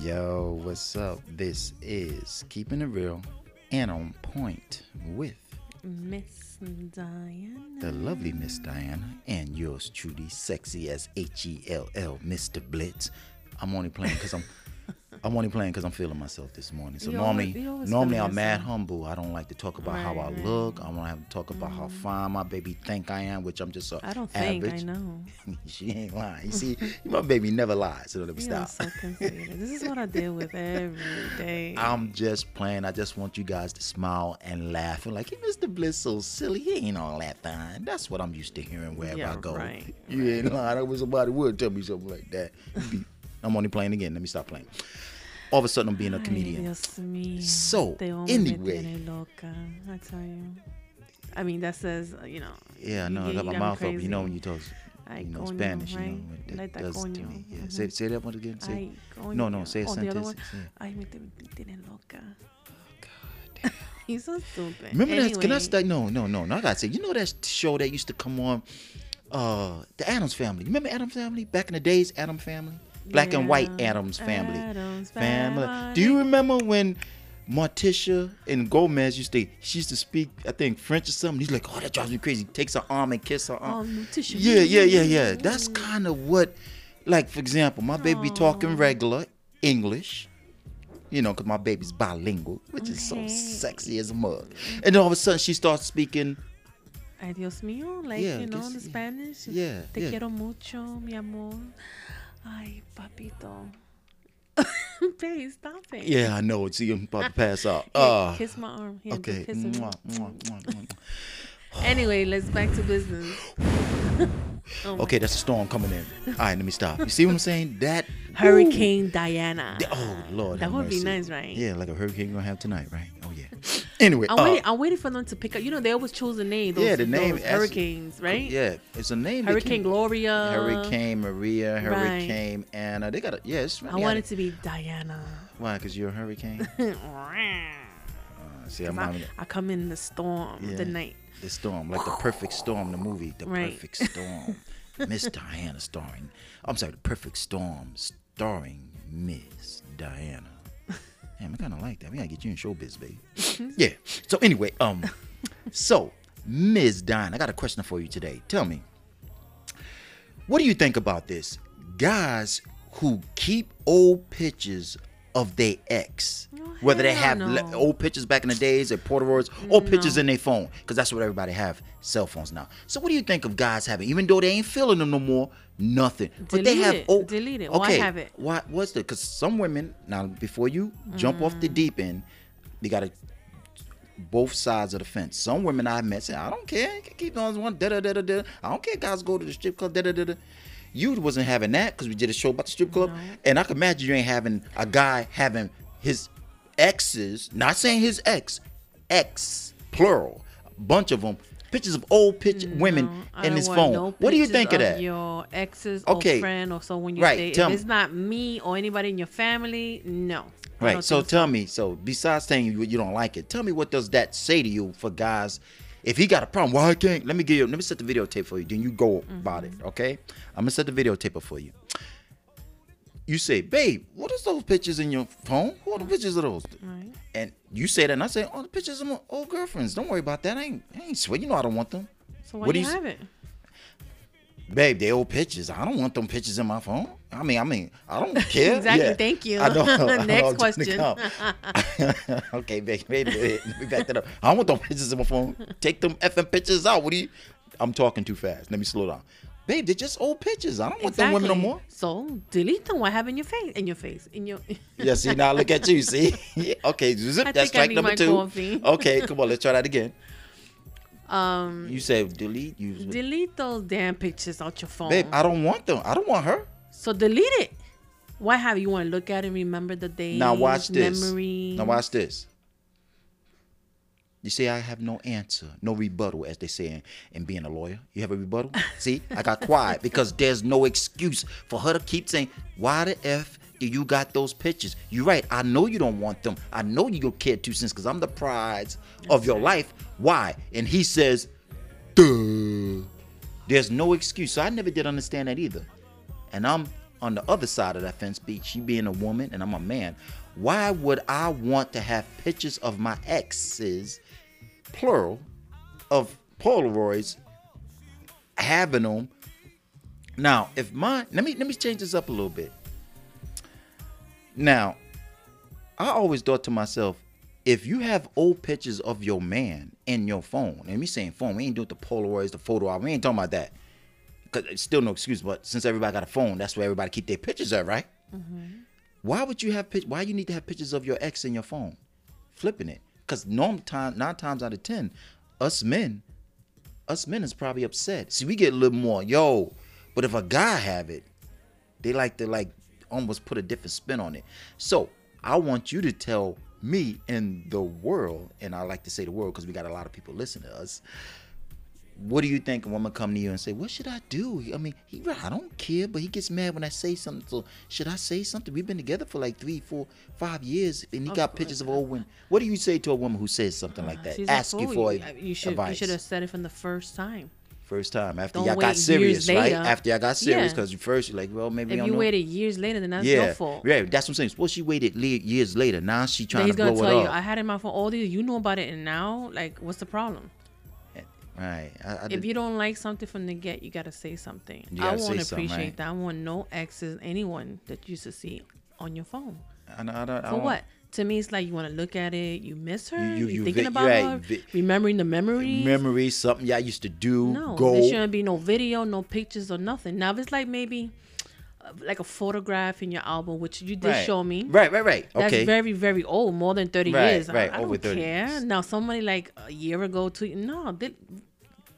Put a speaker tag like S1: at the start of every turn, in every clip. S1: Yo, what's up? This is Keeping It Real and On Point with
S2: Miss Diana.
S1: the lovely Miss Diana and yours truly, sexy as H E L L, Mr. Blitz. I'm only playing because I'm. I'm only playing because I'm feeling myself this morning. So
S2: You always-
S1: normally,
S2: you always
S1: normally
S2: feeling
S1: I'm mad humble. I don't like to talk about how I
S2: Right, right.
S1: look. I don't have to talk about how fine my baby think I am, which I'm just so
S2: I don't think
S1: average.
S2: I know.
S1: she ain't lying. You see, my baby never lies. So let me
S2: You are
S1: stop.
S2: so conceited. this is what I deal with every day.
S1: I'm just playing. I just want you guys to smile and laugh and like, hey, Mr. Bliss, so silly. He ain't all that fine. That's what I'm used to hearing wherever
S2: Yeah,
S1: I go.
S2: right,
S1: You ain't lying. I wish somebody would tell me something like that. Be- I'm only playing again. Let me stop playing. All of a sudden, I'm being a
S2: Ay,
S1: comedian.
S2: Dios mío.
S1: So,
S2: Este hombre me
S1: anyway.
S2: tiene loca, I tell you. I mean, that says, uh, you know.
S1: Yeah, I know. I
S2: you-
S1: got
S2: you
S1: my
S2: me
S1: mouth open. You
S2: crazy.
S1: know when you talk,
S2: Ay,
S1: you know,
S2: coño,
S1: Spanish, you know
S2: right?
S1: what that
S2: Like that
S1: does to
S2: coño.
S1: me. Yeah. Say,
S2: Mhm.
S1: say that one again. Say,
S2: Ay, coño.
S1: no, no. Say a
S2: Oh, the other
S1: sentence.
S2: one.
S1: Say-
S2: Ay, me te- me tiene loca. You're so stupid.
S1: Remember that? Can I
S2: Anyway.
S1: start? No, no, no, no. I gotta say, you know that show that used to come on, uh, the Adams Family. Remember Adams Family back in the days? Adam Family, black and white
S2: Yeah.
S1: Adams Family.
S2: Addams
S1: family. Do you remember when Morticia and Gomez used to? She used to speak, I think French or something. He's like, oh, that drives me crazy. Takes her arm and kisses her
S2: Oh,
S1: arm.
S2: Morticia.
S1: yeah, yeah, yeah, yeah. That's kind of what, like for example, my baby be talking regular English you know, because my baby's bilingual, which is so
S2: Okay.
S1: sexy as a mug. And then all of a sudden, she starts speaking.
S2: Ay, Dios mío, like,
S1: Yeah,
S2: you know,
S1: this-
S2: the Spanish. uh,
S1: yeah,
S2: Te
S1: yeah.
S2: quiero mucho, mi amor. Ay, papito. Please, stop it.
S1: Yeah, I know. See, I'm about to pass out.
S2: Here,
S1: Uh,
S2: kiss my arm. Here,
S1: okay.
S2: okay. Kiss him.
S1: Mwah, mwah, mwah, mwah.
S2: Anyway, let's back to business. Oh my-
S1: Okay, that's a storm coming in. All right, let me stop. You see what I'm saying? That
S2: Hurricane Diana.
S1: Ooh. Oh Lord,
S2: That
S1: have
S2: would be
S1: mercy.
S2: nice, right?
S1: Yeah, like a hurricane we're gonna have tonight, right? Oh yeah. Anyway,
S2: I'm,
S1: uh,
S2: waiting, I'm waiting for them to pick up. You know, they always choose a name. Those,
S1: yeah, the name
S2: those
S1: actually-
S2: hurricanes, right?
S1: Yeah, it's a name. that
S2: Hurricane
S1: came-
S2: Gloria.
S1: Hurricane Maria,
S2: Uh, Right.
S1: Hurricane Anna. They got a yeah. It's,
S2: I want it to be Diana.
S1: Why? Because you're a hurricane. Uh, see, I'm
S2: I,
S1: having-
S2: I come in the storm,
S1: Yeah.
S2: the night.
S1: The storm, like the perfect storm, the movie, the
S2: Right.
S1: perfect storm. Miss Diana starring. I'm sorry, the perfect storm starring Miss Diana. Damn, I kind of like that. We gotta get you in showbiz, baby. yeah. So anyway, um, so Miss Diana, I got a question for you today. Tell me, what do you think about this? Guys who keep old pictures of their ex,
S2: Oh,
S1: whether they
S2: hell
S1: have le-
S2: no. Mm,
S1: old pictures back in the days, or Polaroids, or pictures in their phone, because that's what everybody have cell phones now. So what do you think of guys having, even though they ain't feeling them no more, nothing, but they
S2: Delete
S1: have
S2: it.
S1: old.
S2: Delete it. Why
S1: Okay,
S2: have it?
S1: Why? What's the? Because some women now, before you jump off the
S2: Mm.
S1: deep end, they gotta both sides of the fence. Some women I met say, I don't care. You can keep on one da da da da da. I don't care. Guys go to the strip club da da da da. You wasn't having that because we did a show about the strip club,
S2: No.
S1: and I can imagine you ain't having a guy having his exes. Not saying his ex, ex plural, a bunch of them. Pictures of old picture women
S2: Mm, I
S1: in
S2: don't
S1: his
S2: want
S1: phone.
S2: no
S1: what do you
S2: pictures
S1: think of
S2: of
S1: that?
S2: Your exes
S1: Okay.
S2: or friend or someone you
S1: Right,
S2: date.
S1: tell
S2: if
S1: me.
S2: it's not me or anybody in your family, no. I
S1: Right.
S2: don't
S1: So
S2: think
S1: tell me. So besides saying you, you don't like it, tell me what does that say to you for guys? If he got a problem, why I can't? Let me give you. Let me set the videotape for you. Then you go about
S2: Mm-hmm.
S1: it. Okay. I'm gonna set the videotape up for you. You say, babe, what is those pictures in your phone? What are the pictures of those?
S2: Right.
S1: And you say that, and I say, oh, the pictures of my old girlfriends. Don't worry about that. I ain't, I ain't sweat. You know I don't want them.
S2: So why
S1: What
S2: do
S1: do
S2: you
S1: you s-
S2: have it?
S1: Babe, they old pictures. I don't want them pictures in my phone. I mean, I mean, I don't care.
S2: Exactly. Thank you.
S1: I know. I know.
S2: Next
S1: I'm trying to
S2: question.
S1: come. okay, babe. Wait a minute. Let me back that up. I don't want them pictures in my phone. Take them effing pictures out. What do you? I'm talking too fast. Let me slow down. Babe, they're just old pictures. I don't want them women no more.
S2: So delete them. What have in your face? In your face. In your.
S1: Yeah, see, now look at you. See? okay, zip.
S2: I think I
S1: That's strike
S2: need
S1: number
S2: my
S1: two.
S2: coffee.
S1: Okay, come on. Let's try that again.
S2: um.
S1: You said delete. You,
S2: Delete those damn pictures out your phone.
S1: babe, I don't want them. I don't want her.
S2: so delete it. Why have you want to look at it? Remember the days.
S1: Now watch this.
S2: Memories.
S1: Now watch this. You see, I have no answer, no rebuttal, as they say in, in being a lawyer. You have a rebuttal? see, I got quiet because there's no excuse for her to keep saying, Why the F do you got those pictures? You're right. I know you don't want them. I know you don't care two cents because I'm the prize of your life. Why? And he says, Duh. There's no excuse. So I never did understand that either. And I'm on the other side of that fence be she being a woman and I'm a man, why would I want to have pictures of my exes, plural, of Polaroids, having them? Now, if my let me let me change this up a little bit. Now, I always thought to myself, if you have old pictures of your man in your phone, and me saying phone, we ain't doing the Polaroids, the photo album, we ain't talking about that. Cause it's still no excuse, but since everybody got a phone, that's where everybody keep their pictures at, right? Why would you have pic- why you need to have pictures of your ex in your phone? Flipping it. Cause norm time nine times out of ten, us men, us men is probably upset. See, we get a little more, yo, but if a guy have it, they like to like almost put a different spin on it. So I want you to tell me in the world, and I like to say the world because we got a lot of people listening to us. What do you think a woman come to you and say, "What should I do?" I mean, he, I don't care, but he gets mad when I say something. So should I say something? We've been together for like three, four, five years, and he
S2: Of
S1: got
S2: course. Uh,
S1: pictures of old women. What do you say to a woman who says something like that?
S2: She's a
S1: Ask you
S2: fool.
S1: for
S2: you, you should you
S1: advice
S2: should have said it from the first time.
S1: first time after
S2: Don't
S1: y'all
S2: wait
S1: got
S2: years
S1: serious, right?
S2: later.
S1: After y'all got serious,
S2: Yeah.
S1: because you first you're like, well, maybe I
S2: If
S1: don't
S2: you
S1: know.
S2: waited years later, then that's your fault.
S1: Yeah, that's what I'm saying. Well, she waited le- years later. Now she
S2: Then
S1: trying
S2: he's
S1: to
S2: gonna
S1: blow
S2: tell
S1: it
S2: you,
S1: up.
S2: I had it in my phone all these. You know about it, and now, like, what's the problem?
S1: right. I, I
S2: If
S1: did,
S2: you don't like something from the get, you gotta say something.
S1: You
S2: I
S1: gotta say
S2: won't
S1: something,
S2: appreciate
S1: right?
S2: that. I want no exes, anyone that you used to see on your phone.
S1: I, don't- I, don't- I
S2: For
S1: don't-
S2: what? To me, it's like you want to look at it. You miss her.
S1: You- you-
S2: You,
S1: you
S2: thinking
S1: vi-
S2: about
S1: right,
S2: her.
S1: vi-
S2: remembering the memories.
S1: Memories, something y'all used to do.
S2: No,
S1: go.
S2: there shouldn't be no video, no pictures, or nothing. Now, if it's like maybe uh, like a photograph in your album, which you did
S1: right.
S2: show me.
S1: Right, right, right.
S2: That's
S1: okay.
S2: very, very old, more than 30
S1: Right,
S2: years. I-
S1: right,
S2: I,
S1: over
S2: don't
S1: 30
S2: care.
S1: years.
S2: Now, somebody like a year ago, two, no, they,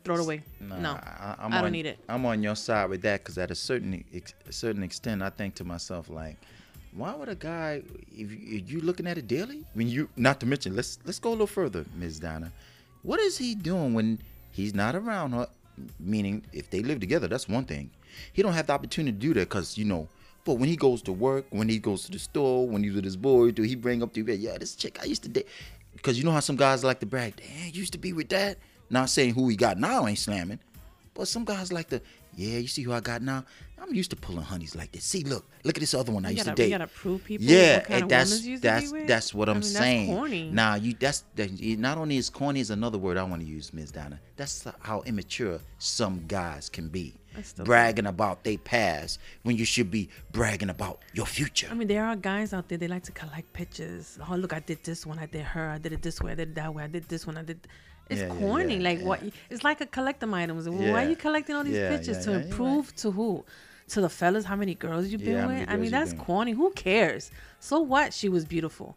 S2: throw it away.
S1: Nah,
S2: no,
S1: I,
S2: I,
S1: I'm
S2: don't
S1: on-
S2: need it.
S1: I'm on your side with that because at a certain e, ex- a certain extent, I think to myself like, why would a guy if you, if you looking at it daily? When you not to mention, let's let's go a little further, Ms. Donna. What is he doing when he's not around her? Meaning, if they live together, that's one thing. He don't have the opportunity to do that because you know. But when he goes to work, when he goes to the store, when he's with his boy, do he bring up to you? Yeah, this chick I used to date. Because you know how some guys like to brag, damn, you used to be with that. Not saying who he got now ain't slamming, but some guys like to, yeah, you see who I got now? I'm used to pulling honeys like this. See, look, look at this other one I
S2: You
S1: used
S2: gotta,
S1: to date.
S2: you gotta prove people.
S1: yeah,
S2: what kind
S1: and
S2: of
S1: that's
S2: women you used to be
S1: that's
S2: with.
S1: that's what
S2: I
S1: I'm
S2: mean,
S1: saying.
S2: That's corny.
S1: Now you that's that, it- not only is corny is another word I want to use, Ms. Donna. That's how immature some guys can be,
S2: That's stupid.
S1: bragging about their past when you should be bragging about your future.
S2: I mean, there are guys out there. They like to collect pictures. Oh, look, I did this one. I did her. I did it this way. I did it that way. I did this one. I did. It's
S1: Yeah, yeah,
S2: corny.
S1: yeah,
S2: like what?
S1: yeah.
S2: It's like a collecting items. Why
S1: Yeah.
S2: are you collecting all these
S1: Yeah,
S2: pictures
S1: yeah,
S2: to
S1: yeah, you're right.
S2: improve to who? To the fellas, how many girls you've been
S1: Yeah, how many
S2: with? I
S1: girls you
S2: mean, that's
S1: been with.
S2: corny. Who cares? So what? She was beautiful,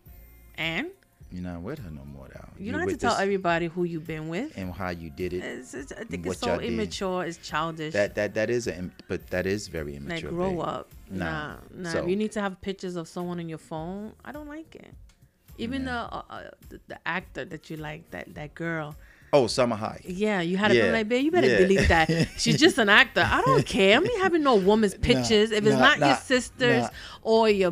S2: and
S1: You're not with her no more, though.
S2: you
S1: You're
S2: don't have to
S1: with
S2: tell
S1: this
S2: everybody who you've been with.
S1: and how you did it.
S2: It's, it's, I think
S1: What
S2: it's so
S1: y'all did.
S2: immature. It's childish.
S1: That that that is a im- but that is very immature.
S2: like grow
S1: babe.
S2: up.
S1: Nah.
S2: Nah, nah.
S1: So-
S2: If you need to have pictures of someone on your phone, I don't like it. Even the, uh, uh, the the actor that you like, that that girl,
S1: Oh, Summer High.
S2: yeah, you had a
S1: Yeah.
S2: yeah. like, babe, you better
S1: Yeah.
S2: delete that. She's just an actor. I don't care. I'm not having no woman's pictures if it's
S1: nah,
S2: not
S1: nah,
S2: your sisters
S1: nah.
S2: or your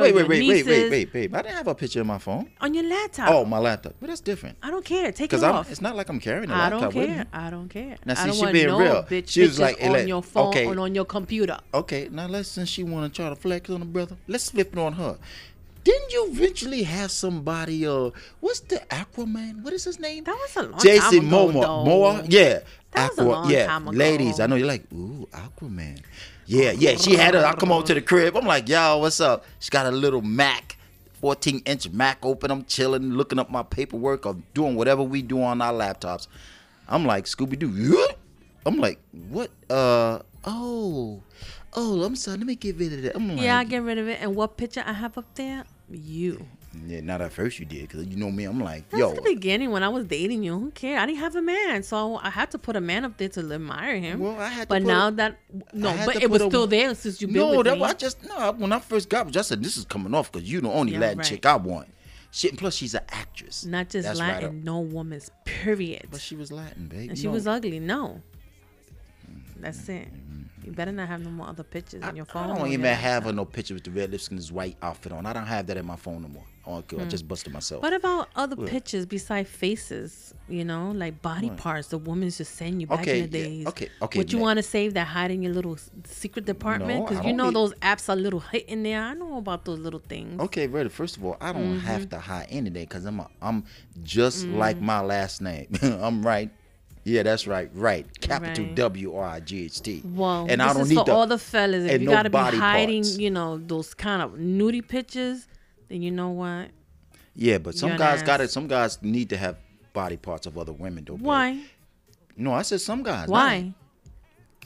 S1: Wait,
S2: or
S1: wait, wait,
S2: your
S1: wait,
S2: nieces
S1: wait, wait, babe. I didn't have a picture in my phone.
S2: on your laptop.
S1: Oh, my laptop. But that's different.
S2: I don't care. Take it
S1: Because I'm.
S2: off.
S1: It's not like I'm carrying a
S2: I
S1: laptop
S2: don't
S1: with me.
S2: care. I don't care.
S1: Now, see,
S2: I don't
S1: she
S2: want
S1: being
S2: no
S1: real.
S2: bitch
S1: She was
S2: pictures
S1: like, hey,
S2: on
S1: look,
S2: your phone
S1: okay.
S2: and on your computer.
S1: Okay, now let's since she want to try to flex on the brother, let's flip it on her. Didn't you eventually have somebody? Uh, what's the Aquaman? What is his name?
S2: That was a long
S1: Jason
S2: time ago,
S1: Momoa.
S2: though.
S1: Momoa, yeah.
S2: That was a long
S1: yeah.
S2: time ago.
S1: Ladies, I know you're like, ooh, Aquaman. Yeah, yeah. She had her. I come over to the crib. I'm like, yo, what's up? She got a little Mac, 14 inch Mac open. I'm chilling, looking up my paperwork, or doing whatever we do on our laptops. I'm like, Scooby Doo. I'm like, what? Uh, oh, oh. I'm sorry. Let me get rid of that. I'm like,
S2: Yeah, I get rid of it. And what picture I have up there? You.
S1: yeah. Not at first you did, cause you know me. I'm like,
S2: That
S1: yo,
S2: was the beginning when I was dating you. Who cared? I didn't have a man, so I had to put a man up there to admire him.
S1: Well, I had to
S2: But
S1: put
S2: now
S1: a-
S2: that
S1: I
S2: no,
S1: had
S2: but
S1: to
S2: it was
S1: put a-
S2: still there since you've been
S1: No,
S2: with
S1: that
S2: me.
S1: I just no. When I first got, with you, I said this is coming off because you the only
S2: Yeah,
S1: Latin
S2: right.
S1: chick I want. Shit, and plus she's an actress.
S2: Not just
S1: That's right
S2: Latin,
S1: up-
S2: no woman's period.
S1: but she was Latin, babe.
S2: and
S1: You
S2: she
S1: know,
S2: was ugly. No, that's it. You better not have no more other pictures
S1: Mm-hmm. I,
S2: on your phone.
S1: I
S2: or
S1: don't
S2: on
S1: even
S2: your
S1: have her
S2: laptop.
S1: no picture with the red lipstick and this white outfit on. I don't have that in my phone no more. Oh, okay,
S2: Hmm.
S1: I just busted myself.
S2: What about other pictures besides faces? You know, like body parts the women's just send you back
S1: Okay,
S2: in the
S1: yeah,
S2: days.
S1: okay, okay,
S2: Would you
S1: Nick.
S2: want to save that hide in your little s- secret department?
S1: I
S2: Because you
S1: don't
S2: know
S1: need- Oh,
S2: those apps are little hidden there. I know about those little things.
S1: Okay, Rita, first of all, I don't
S2: Mm-hmm.
S1: have to hide anything because I'm a, I'm just
S2: Mm.
S1: like my last name. I'm right. Yeah, that's right. Right. Capital
S2: Right.
S1: W R I G H T.
S2: Well,
S1: and
S2: this
S1: I don't
S2: is
S1: need
S2: for
S1: to-
S2: all the fellas. If
S1: and
S2: you
S1: no
S2: gotta be
S1: body
S2: hiding,
S1: parts.
S2: you know, those kind of nudie pictures, then you know what?
S1: Yeah, but some
S2: You're an
S1: guys got
S2: ass.
S1: it. Some guys need to have body parts of other women, though. babe.
S2: Why?
S1: No, I said some guys. not-
S2: Why?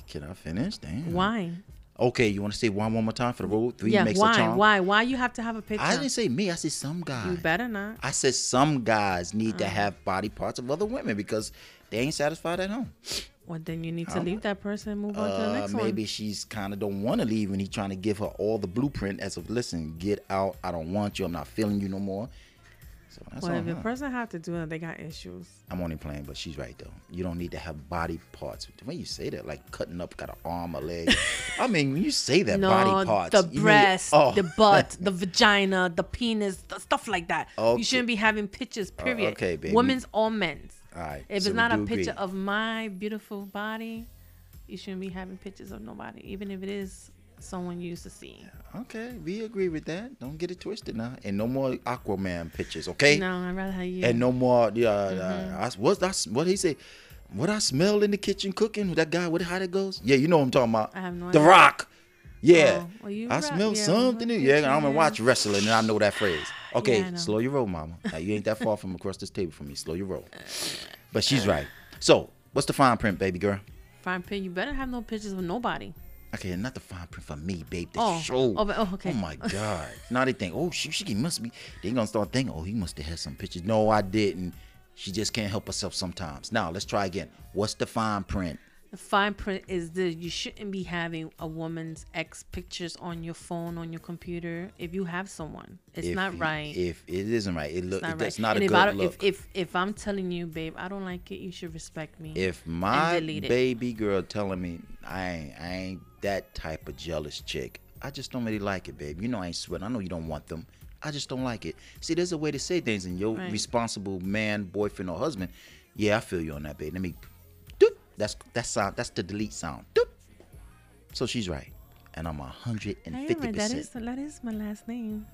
S1: Can I finish? Damn.
S2: Why?
S1: Okay, you want to say one one more time for the road three
S2: Yeah.
S1: makes a
S2: Why?
S1: charm.
S2: Why? Why you have to have a picture?
S1: I didn't say me. I said some guys.
S2: you better not.
S1: I said some guys need
S2: Mm.
S1: to have body parts of other women because they ain't satisfied at home.
S2: Well, then you need to
S1: I'm-
S2: leave that person and move on to the
S1: Uh,
S2: next
S1: maybe
S2: one.
S1: she's kind of don't want to leave, and he's trying to give her all the blueprint as of listen, get out. I don't want you. I'm not feeling you no more. So that's
S2: Well,
S1: all
S2: if the
S1: her.
S2: person have to do it, they got issues.
S1: I'm only playing, but she's right though. You don't need to have body parts. The way you say that, like cutting up, got an arm, a leg. I mean, when you say that, body parts,
S2: the
S1: you need-
S2: breast,
S1: oh.
S2: the butt, the vagina, the penis, the stuff like that.
S1: Okay. Oh,
S2: You shouldn't be having pictures. Period.
S1: okay, baby.
S2: Women's or men's.
S1: All right,
S2: If
S1: so
S2: it's
S1: we
S2: not a
S1: do agree.
S2: picture of my beautiful body, you shouldn't be having pictures of nobody, even if it is someone you used to see.
S1: Okay, we agree with that. Don't get it twisted now. And no more Aquaman pictures, okay?
S2: No, I'd rather have you.
S1: And no more. Yeah, uh,
S2: Mm-hmm.
S1: I, what's that? What he say? What I smell in the kitchen cooking? That guy, what how that goes? Yeah, you know what I'm talking about.
S2: I have no
S1: the
S2: idea.
S1: Rock. Yeah,
S2: Oh, well, you
S1: I
S2: rock-
S1: smell
S2: yeah,
S1: something.
S2: rock
S1: in- Yeah, I'm gonna
S2: kitchen,
S1: watch
S2: yeah.
S1: wrestling, and I know that phrase. Okay,
S2: I know.
S1: slow your roll, mama. Now, you ain't that far from across this table from me. Slow your roll. But she's right. So, what's the fine print, baby girl?
S2: Fine pin. You better have no pictures of nobody.
S1: Okay, not the fine print for me, babe. The
S2: Oh,
S1: show.
S2: oh, but- oh, okay.
S1: my God. now they think, oh, she, she must be. They gonna start thinking, oh, he must have had some pictures. No, I didn't. She just can't help herself sometimes. Now let's try again. What's the fine print?
S2: The fine print is that you shouldn't be having a woman's ex pictures on your phone, on your computer. If you have someone, it's
S1: If
S2: not
S1: you-
S2: right.
S1: If it isn't right, it look
S2: It's not
S1: that's
S2: right.
S1: not
S2: and
S1: a
S2: if
S1: good
S2: I don't,
S1: look.
S2: If, if if I'm telling you, babe, I don't like it, you should respect me.
S1: If my
S2: delete it.
S1: baby girl telling me I ain't, I ain't that type of jealous chick, I just don't really like it, babe. You know I ain't sweating. I know you don't want them. I just don't like it. See, there's a way to say things, and your
S2: Right.
S1: responsible man, boyfriend, or husband, yeah, I feel you on that, babe. Let me, doop. That's that sound. That's the delete sound. Doop. So she's right, and I'm a hundred and
S2: Hey,
S1: fifty
S2: Ryan, that is
S1: percent.
S2: that is my last name.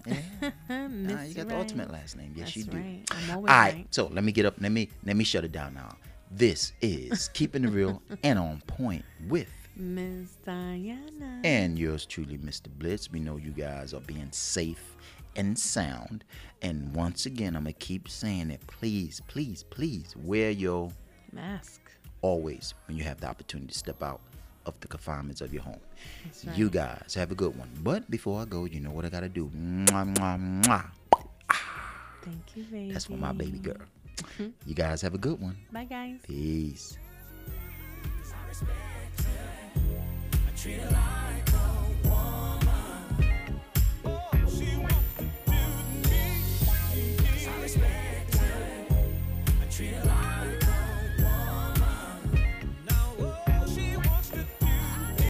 S1: Nah,
S2: Miss
S1: you got the
S2: Ryan.
S1: ultimate last name. Yes,
S2: That's
S1: you do.
S2: right. I'm always
S1: All right,
S2: right.
S1: so let me get up. Let me let me shut it down now. This is keeping it real and on point with
S2: Miss Diana.
S1: and yours truly, Mr. Blitz. We know you guys are being safe and sound. And once again, I'm gonna keep saying it. Please, please, please wear your
S2: Mask.
S1: always when you have the opportunity to step out of the confinements of your home.
S2: That's right.
S1: You guys have a good one. But before I go, you know what I gotta do. Mwah, mwah, mwah.
S2: Thank you, baby. Mm-hmm.
S1: That's for my baby girl. You guys have a good one.
S2: Bye, guys.
S1: Peace.
S3: Sorry, spit.